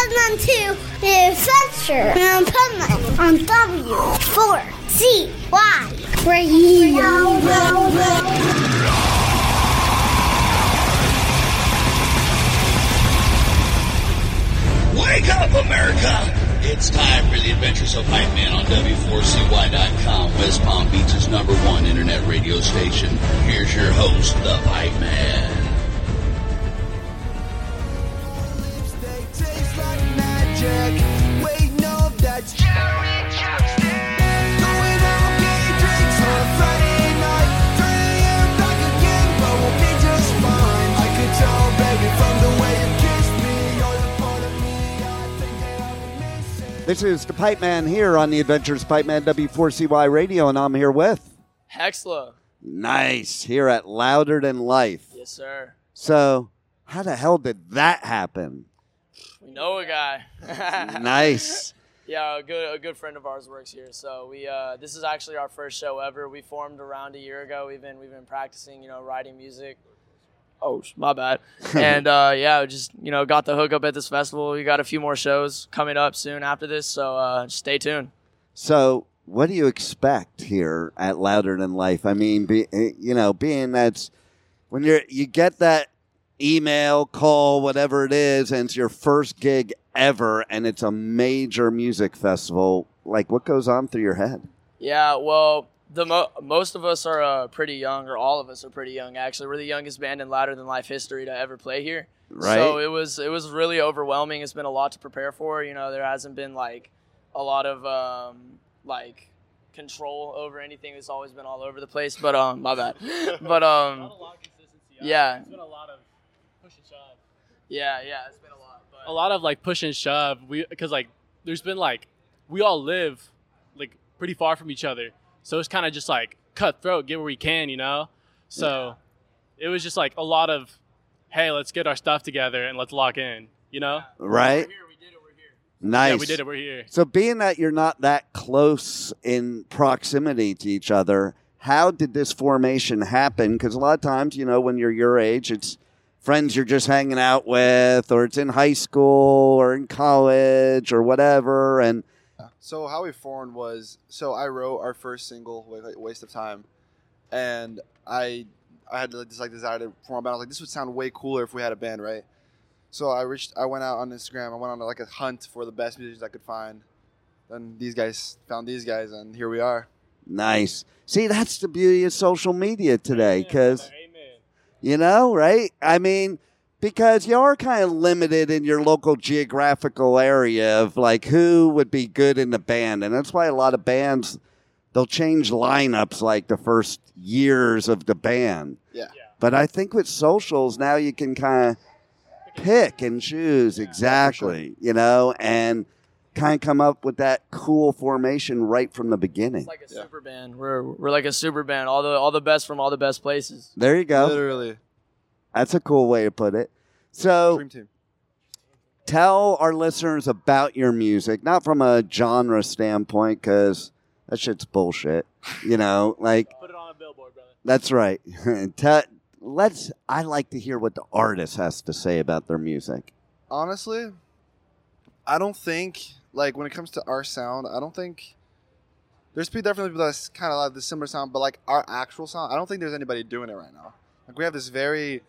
to an adventure in Puntland on W4CY Radio. Wake up, America! It's time for the adventures of Hype Man on W4CY.com, West Palm Beach's number one internet radio station. Here's your host, the Hype Man. This is the Pipe Man here on the Adventures of Pipe Man W4CY Radio, and I'm here with Hexla. Nice here at Louder Than Life. Yes, sir. So, how the hell did that happen? We know a guy. Nice. yeah, a good a good friend of ours works here. So we uh, this is actually our first show ever. We formed around a year ago. We've been we've been practicing, you know, writing music. Oh, sh- my bad. and uh, yeah, we just you know, got the hookup at this festival. We got a few more shows coming up soon after this. So uh, stay tuned. So, what do you expect here at Louder Than Life? I mean, be, eh, you know, being that's when you're you get that email, call, whatever it is, and it's your first gig ever, and it's a major music festival. Like, what goes on through your head? Yeah, well, the mo- most of us are uh, pretty young, or all of us are pretty young. Actually, we're the youngest band in louder than life history to ever play here. So Right. it was it was really overwhelming. It's been a lot to prepare for. You know, there hasn't been like a lot of um, like control over anything. It's always been all over the place. But um, my bad. But um, lot of consistency. Yeah. It's been a lot of push and shove. yeah, yeah, it's been a lot. But A lot of like push and shove. We because like there's been like we all live like pretty far from each other, so it's kind of just like cutthroat, get where we can, you know. So it was just like a lot of hey, let's get our stuff together and let's lock in, you know. Right. We're here. We did it. We're here. Nice. Yeah, we did it. We're here. So, being that you're not that close in proximity to each other, how did this formation happen? Because a lot of times, you know, when you're your age, it's friends you're just hanging out with, or it's in high school or in college or whatever. And So how we formed was so I wrote our first single, Wa- like, Waste of Time, and I I had like, this like desire to form a band. I was like, this would sound way cooler if we had a band, right? So I reached, I went out on Instagram. I went on like a hunt for the best musicians I could find. Then these guys found these guys, and here we are. nice. See, that's the beauty of social media today, because, you know, right? I mean, because you are kind of limited in your local geographical area of like who would be good in the band. And that's why a lot of bands they'll change lineups like the first years of the band. Yeah. Yeah. But I think with socials now you can kind of pick and choose exactly, you know, and kind of come up with that cool formation right from the beginning. It's like a Yeah. super band. We're we're like a super band. All the all the best from all the best places. There you go. Literally, That's a cool way to put it. So, dream team. tell our listeners about your music, not from a genre standpoint, because that shit's bullshit. You know, like Put it on a billboard, brother. that's right. Tell, let's. I like to hear what the artist has to say about their music. honestly, I don't think like when it comes to our sound, I don't think there's people definitely people that's kind of like the similar sound, but like our actual sound, I don't think there's anybody doing it right now. Like we have this very,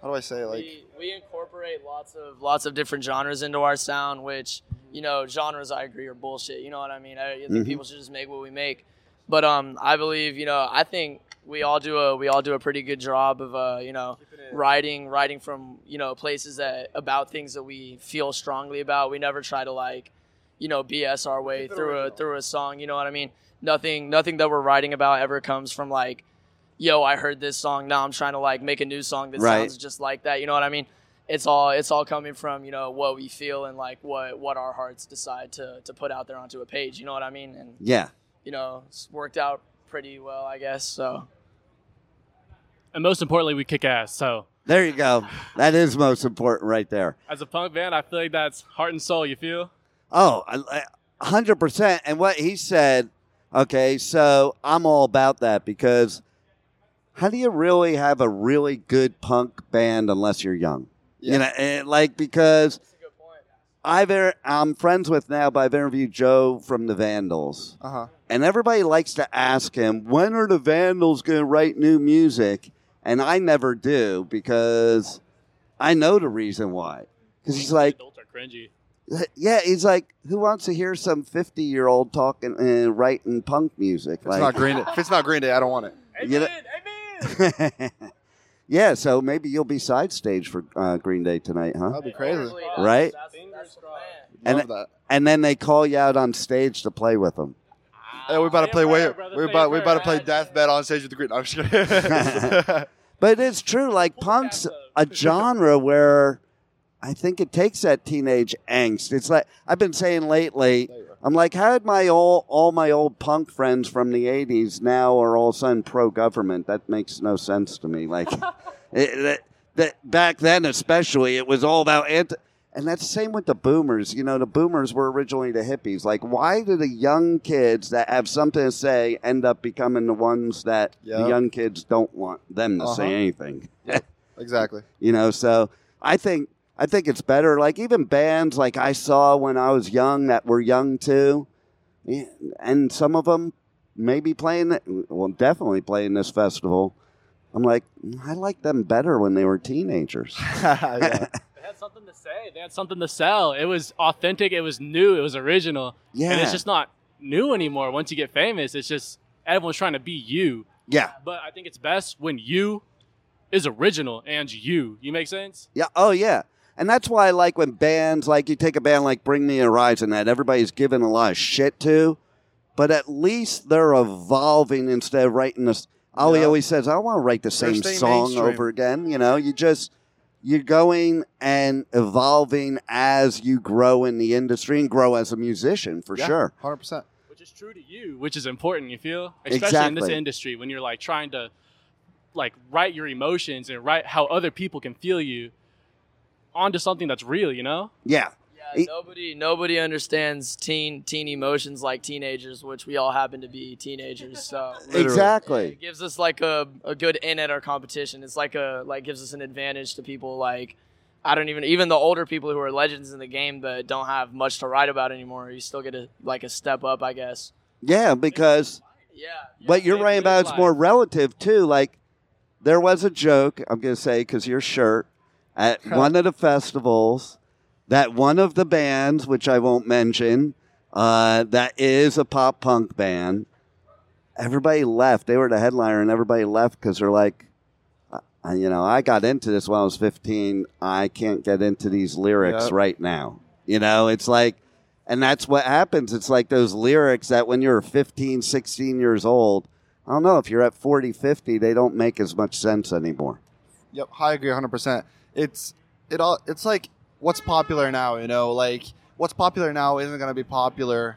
how do I say like we, we incorporate lots of lots of different genres into our sound which you know genres i agree are bullshit you know what i mean i, I think Mhm. people should just make what we make but um i believe you know i think we all do a we all do a pretty good job of uh you know writing writing from you know places that about things that we feel strongly about we never try to like you know bs our way Keep it through original. a through a song you know what i mean nothing nothing that we're writing about ever comes from like yo i heard this song now i'm trying to like make a new song that Right. sounds just like that you know what i mean it's all it's all coming from you know what we feel and like what what our hearts decide to to put out there onto a page you know what i mean and Yeah, you know it's worked out pretty well i guess so And most importantly, we kick ass. So there you go. That is most important right there. as a punk band, I feel like that's heart and soul. You feel? Oh, I- I- 100%. And what he said, okay, so I'm all about that because how do you really have a really good punk band unless you're young? You Yeah. know, and like because that's a good point I've er- I'm friends with now, but I've interviewed Joe from the Vandals, Uh huh. and everybody likes to ask him when are the Vandals going to write new music, and I never do because I know the reason why. Because he's like, adults are cringy. yeah, he's like, who wants to hear some 50 year old talking and writing punk music? If it's not Like, Green Day, if it's not Green Day, I don't want it. You know- yeah, so maybe you'll be side stage for uh, Green Day tonight, huh? That'd be crazy. Right? That's, that's the plan. And- Love that. And then they call you out on stage to play with them. Hey, we about to Say a play. prayer, Way, brother, we say a about we about to prayer. play Deathbed on stage with the Green. I'm just kidding. But it's true, like punk's a genre where I think it takes that teenage angst. It's like I've been saying lately. I'm like, how did my all all my old punk friends from the '80s now are all of a sudden pro government? That makes no sense to me. Like, it, that, that back then, especially, it was all about anti. And that's the same with the boomers. You know, the boomers were originally the hippies. Like, why do the young kids that have something to say end up becoming the ones that the Yep. young kids don't want them to say Uh-huh. anything? exactly. you know so i think i think it's better like even bands like i saw when i was young that were young too yeah, and some of them maybe playing it well definitely playing this festival i'm like "Mm, i like them better when they were teenagers Yeah. They had something to say. They had something to sell. It was authentic. It was new. It was original. yeah And it's just not new anymore. Once you get famous, it's just everyone's trying to be you. yeah But I think it's best when you is original and you. You make sense? yeah oh yeah and that's why i like when bands like you take a band like bring me horizon that everybody's giving a lot of shit to but at least they're evolving instead of writing this. Ollie Yeah. always says, "I don't want to write the same staying song mainstream. over again." You know, you just you're going and evolving as you grow in the industry and grow as a musician for sure. Hundred percent. Which is true to you, which is important, you feel? Especially in this Exactly. industry when you're like trying to like write your emotions and write how other people can feel you onto something that's real, you know? Yeah, Yeah, It- nobody nobody understands teen teen emotions like teenagers, which we all happen to be teenagers. So Literally. exactly. it gives us like a, a good in at our competition. It's like a like gives us an advantage to people like I don't even even the older people who are legends in the game that don't have much to write about anymore. You still get a like a step up, I guess. Yeah, because Yeah. what you're they writing about is realize- more relative too. Like there was a joke I'm going to say because your shirt at one of the festivals that one of the bands, which I won't mention, uh, that is a pop punk band. Everybody left. They were the headliner, and everybody left because they're like, uh, you know, I got into this when I was 15. I can't get into these lyrics Yep. right now. You know, it's like, and that's what happens. It's like those lyrics that when you're 15, 16 years old, I don't know if you're at 40, 50, they don't make as much sense anymore. Yep, I agree 100%. It's it all it's like what's popular now, you know, like what's popular now isn't going to be popular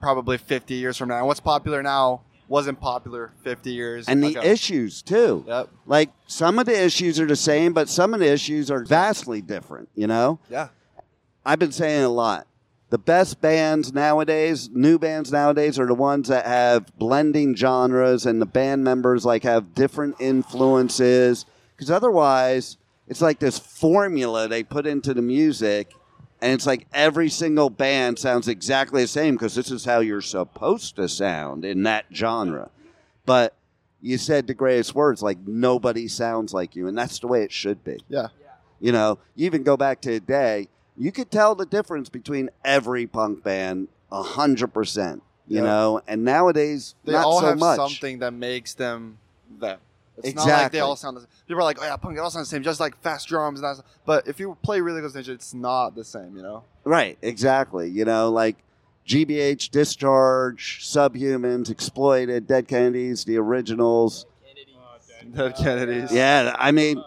probably 50 years from now. And what's popular now wasn't popular 50 years And the ago. issues, too. Yep. Like some of the issues are the same, but some of the issues are vastly different, you know? Yeah. I've been saying a lot. The best bands nowadays, new bands nowadays, are the ones that have blending genres and the band members like have different influences. Because otherwise, it's like this formula they put into the music, and it's like every single band sounds exactly the same because this is how you're supposed to sound in that genre. But you said the greatest words like nobody sounds like you, and that's the way it should be. Yeah. You know, you even go back to a day, you could tell the difference between every punk band a hundred percent. You Yeah. know, and nowadays They not all so have much. something that makes them them. It's not like Exactly. they all sound the same. People are like, "Oh yeah, punk, it all sounds the same, just like fast drums and that." stuff." But if you play really close attention, it's not the same, you know. Right, exactly. You know, like GBH, Discharge, Subhumans, Exploited, Dead Kennedys, the originals. Oh, Dead Kennedys. Yeah, I mean,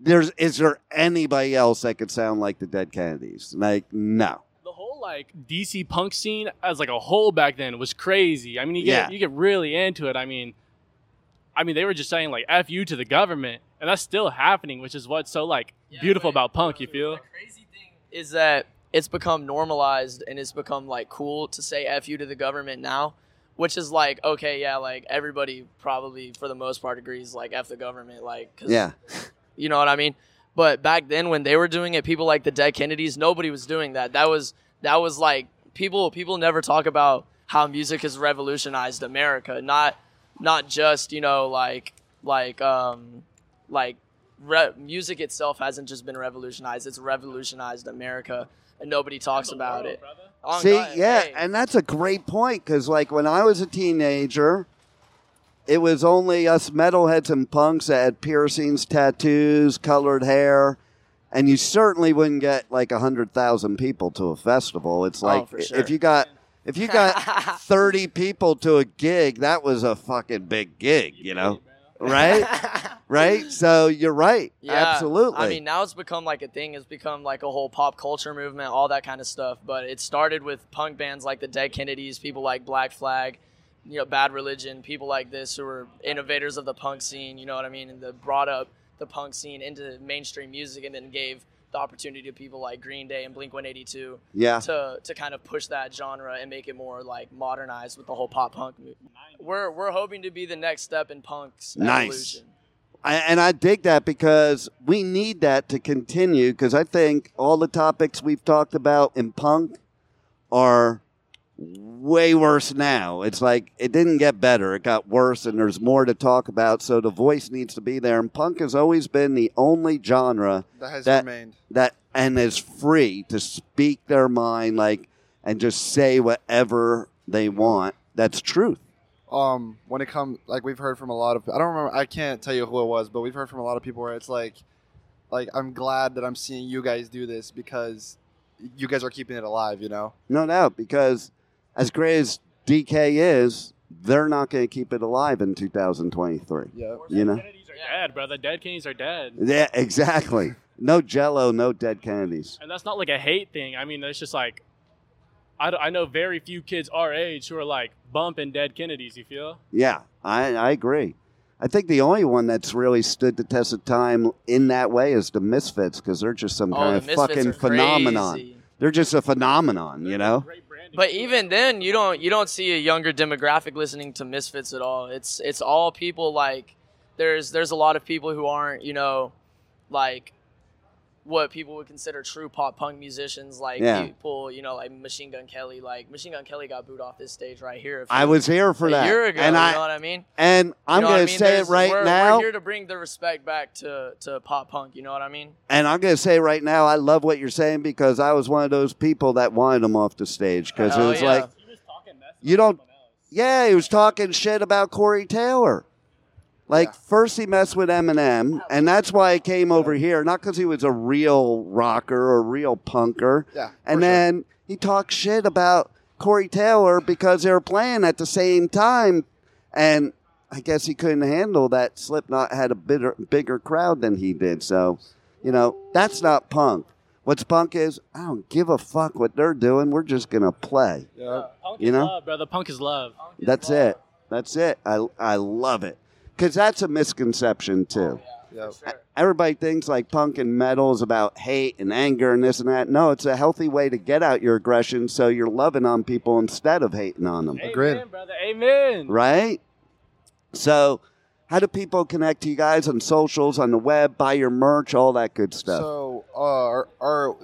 there's is there anybody else that could sound like the Dead Kennedys? Like, no. the whole like DC punk scene as like a whole back then was crazy. I mean, you get Yeah. you get really into it. I mean, I mean they were just saying like "f you" to the government, and that's still happening, which is what's so like beautiful about punk. You feel? The crazy thing is that it's become normalized and it's become like cool to say "f you" to the government now, which is like okay, yeah, like everybody probably for the most part agrees like "f the government," like 'cause Yeah. you know what I mean. But back then, when they were doing it, people like the Dead Kennedys, nobody was doing that. That was that was like people people never talk about how music has revolutionized America. Not not just you know like like um like re- music itself hasn't just been revolutionized. It's revolutionized America, and nobody talks about it. Oh, See, God, yeah, hey. and that's a great point because, like, when I was a teenager, it was only us metalheads and punks that had piercings, tattoos, colored hair, and you certainly wouldn't get like a hundred thousand people to a festival. It's like Oh, for i- sure. if you got if you got thirty people to a gig, that was a fucking big gig, you know, right? right. So you're right. Absolutely. I mean, now it's become like a thing. It's become like a whole pop culture movement, all that kind of stuff. But it started with punk bands like the Dead Kennedys, people like Black Flag, you know, Bad Religion, people like this who were innovators of the punk scene. You know what I mean? And that brought up the punk scene into mainstream music, and then gave the opportunity to people like Green Day and Blink 182 yeah. to to kind of push that genre and make it more like modernized with the whole pop punk movement. We're we're hoping to be the next step in punk's Nice. evolution. I, and I dig that because we need that to continue. Because I think all the topics we've talked about in punk are way worse now. It's like it didn't get better; it got worse, and there's more to talk about. So the voice needs to be there. And punk has always been the only genre That has That- remained. that and is free to speak their mind, like and just say whatever they want. That's truth. um when it comes like we've heard from a lot of i don't remember i can't tell you who it was but we've heard from a lot of people where it's like like i'm glad that i'm seeing you guys do this because you guys are keeping it alive you know No doubt, because as great as DK is, they're not going to keep it alive in 2023. yeah You know? Kennedys are dead, brother. Dead Kennedys are dead. Yeah, exactly. No Jello, no dead Kennedys. And that's not like a hate thing. I mean, that's just like, I, d- I know very few kids our age who are like bumping Dead Kennedys, you feel? Yeah, I, I agree. I think the only one that's really stood the test of time in that way is the Misfits, because they're just some Oh, kind the of Misfits fucking are phenomenon. crazy. They're just a phenomenon, you know? Great branding. But even then, you don't you don't see a younger demographic listening to Misfits at all. It's it's all people like there's there's a lot of people who aren't you know like what people would consider true pop punk musicians like Yeah. people you know like Machine Gun Kelly like Machine Gun Kelly got booed off this stage right here. I was here for a that. year ago. and you I know what I mean? and I'm You know what I gonna mean? say it There's- right we're, now. We're here to bring the respect back to to pop punk. You know what I mean? And I'm going to say right now, I love what you're saying because I was one of those people that wanted him off the stage because it Hell was yeah. like, you don't. Yeah, he was talking shit about Corey Taylor. Like, first he messed with Eminem, and that's why I came over here, not because he was a real rocker or real punker. Yeah, for And sure. then he talked shit about Corey Taylor because they were playing at the same time, and I guess he couldn't handle that Slipknot had a bitter, bigger crowd than he did. So, you know, that's not punk. What's punk is, I don't give a fuck what they're doing. We're just going to play. yeah Punk you is know? love, brother. Punk is love. That's it. That's it. I, I love it. Because that's a misconception, too. Oh, E, yeah Everybody thinks like punk and metal is about hate and anger and this and that. No, it's a healthy way to get out your aggression so you're loving on people instead of hating on them. Agreed. Amen, brother. Amen. Right? So, how do people connect to you guys on socials, on the web, buy your merch, all that good stuff? so uh, our, our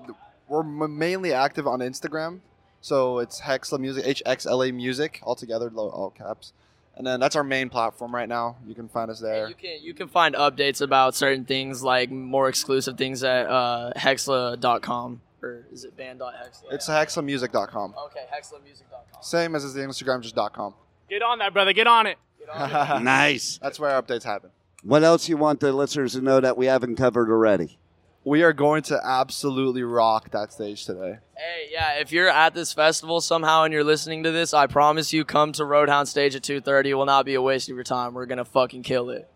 we're m- mainly active on instagram so it's hexla music hxla music all together lo- all caps and then that's our main platform right now you can find us And there You can you can find updates about certain things like more exclusive things at uh, hexla.com or is it band.hexla? it's hexlamusic.com okay, hexlamusic.com. same as is the instagram just dot com Get on that, brother. Get on it. nice. That's where our updates happen. What else you want the listeners to know that we haven't covered already? We are going to absolutely rock that stage today. Hey, yeah, if you're at this festival somehow and you're listening to this, I promise you come to Roadhound stage at 2:30. It will not be a waste of your time. We're going to fucking kill it.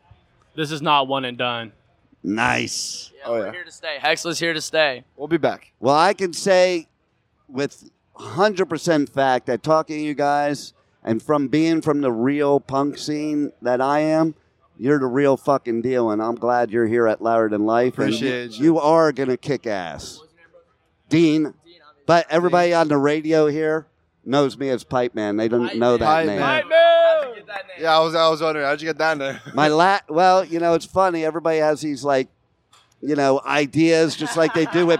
This is not one and done. Nice. Yeah, Oh, we're yeah. here to stay. Hexla's here to stay. We'll be back. Well, I can say with 100% fact that talking to you guys and from being from the real punk scene that I am, you're the real fucking deal, and I'm glad you're here at Louder Than Life. and Appreciate you. You are going to kick ass. Dean. But everybody on the radio here knows me as Pipe Man. They don't know that Pipe name. Man. Yeah, I was I was wondering how'd you get down there? My la well, you know, it's funny. Everybody has these like you know, ideas just like they do with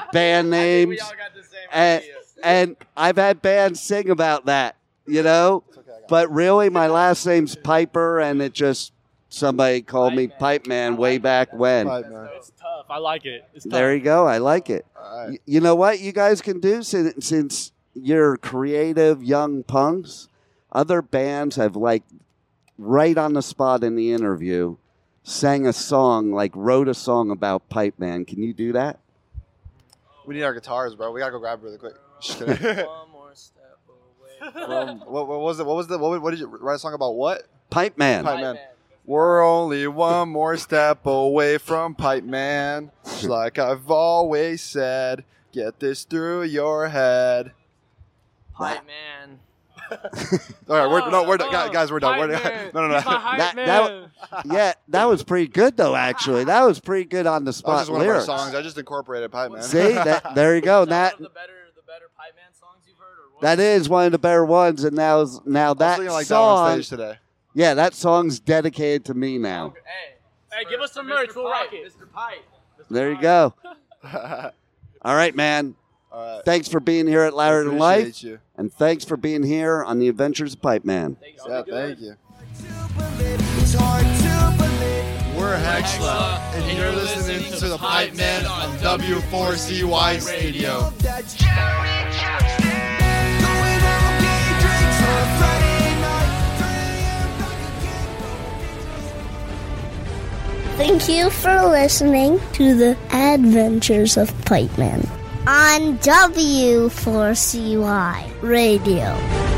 band names. got the same And, and I've had bands sing about that, you know? But really, my last name's Piper, and it just somebody called me Pipe Man way back when. Five, man. It's tough. I like it. It's tough. There you go. I like it. All right. Y- You know what you guys can do since, since you're creative young punks? Other bands have, like, right on the spot in the interview, sang a song, like, wrote a song about Pipe Man. Can you do that? We need our guitars, bro. We gotta go grab it really quick. Just kidding. One more step away. Um, what, what was it? What was the? What, was- what did you write a song about? What? Pipe Man. Pipe Man. We're only one more step away from Pipe Man. Just like I've always said, get this through your head. Pipe man. All right, we're no, we're Oh, done. Guys, guys, we're done. We're done. No, no, no. That- that- yeah, that was pretty good, though, actually. That was pretty good on the That was spot just one of our lyrics. songs. I just incorporated Pipe Man. See, that, there you go. Oh, That the better, the better Pipe Man songs you've heard, or what? that is one of the better ones, and now now that singing like that song, on stage today. yeah, that song's dedicated to me now. Hey, Hey, for- give us some for merch, Mr. we'll rock Pipe, it. Mr. Pipe. There you go. All All right, man. right. Thanks for being here at Louder Than Appreciate Life, you. and thanks for being here on the Adventures of Pipe Man. Thank Yeah, you. thank you. It's hard to believe. We're Hexla, and you're listening to the Pipe Man on W4CY Radio. That's Going out getting drinks on a Friday night. 3 a.m. Thank you for listening to the Adventures of Pipe Man on W4CY Radio.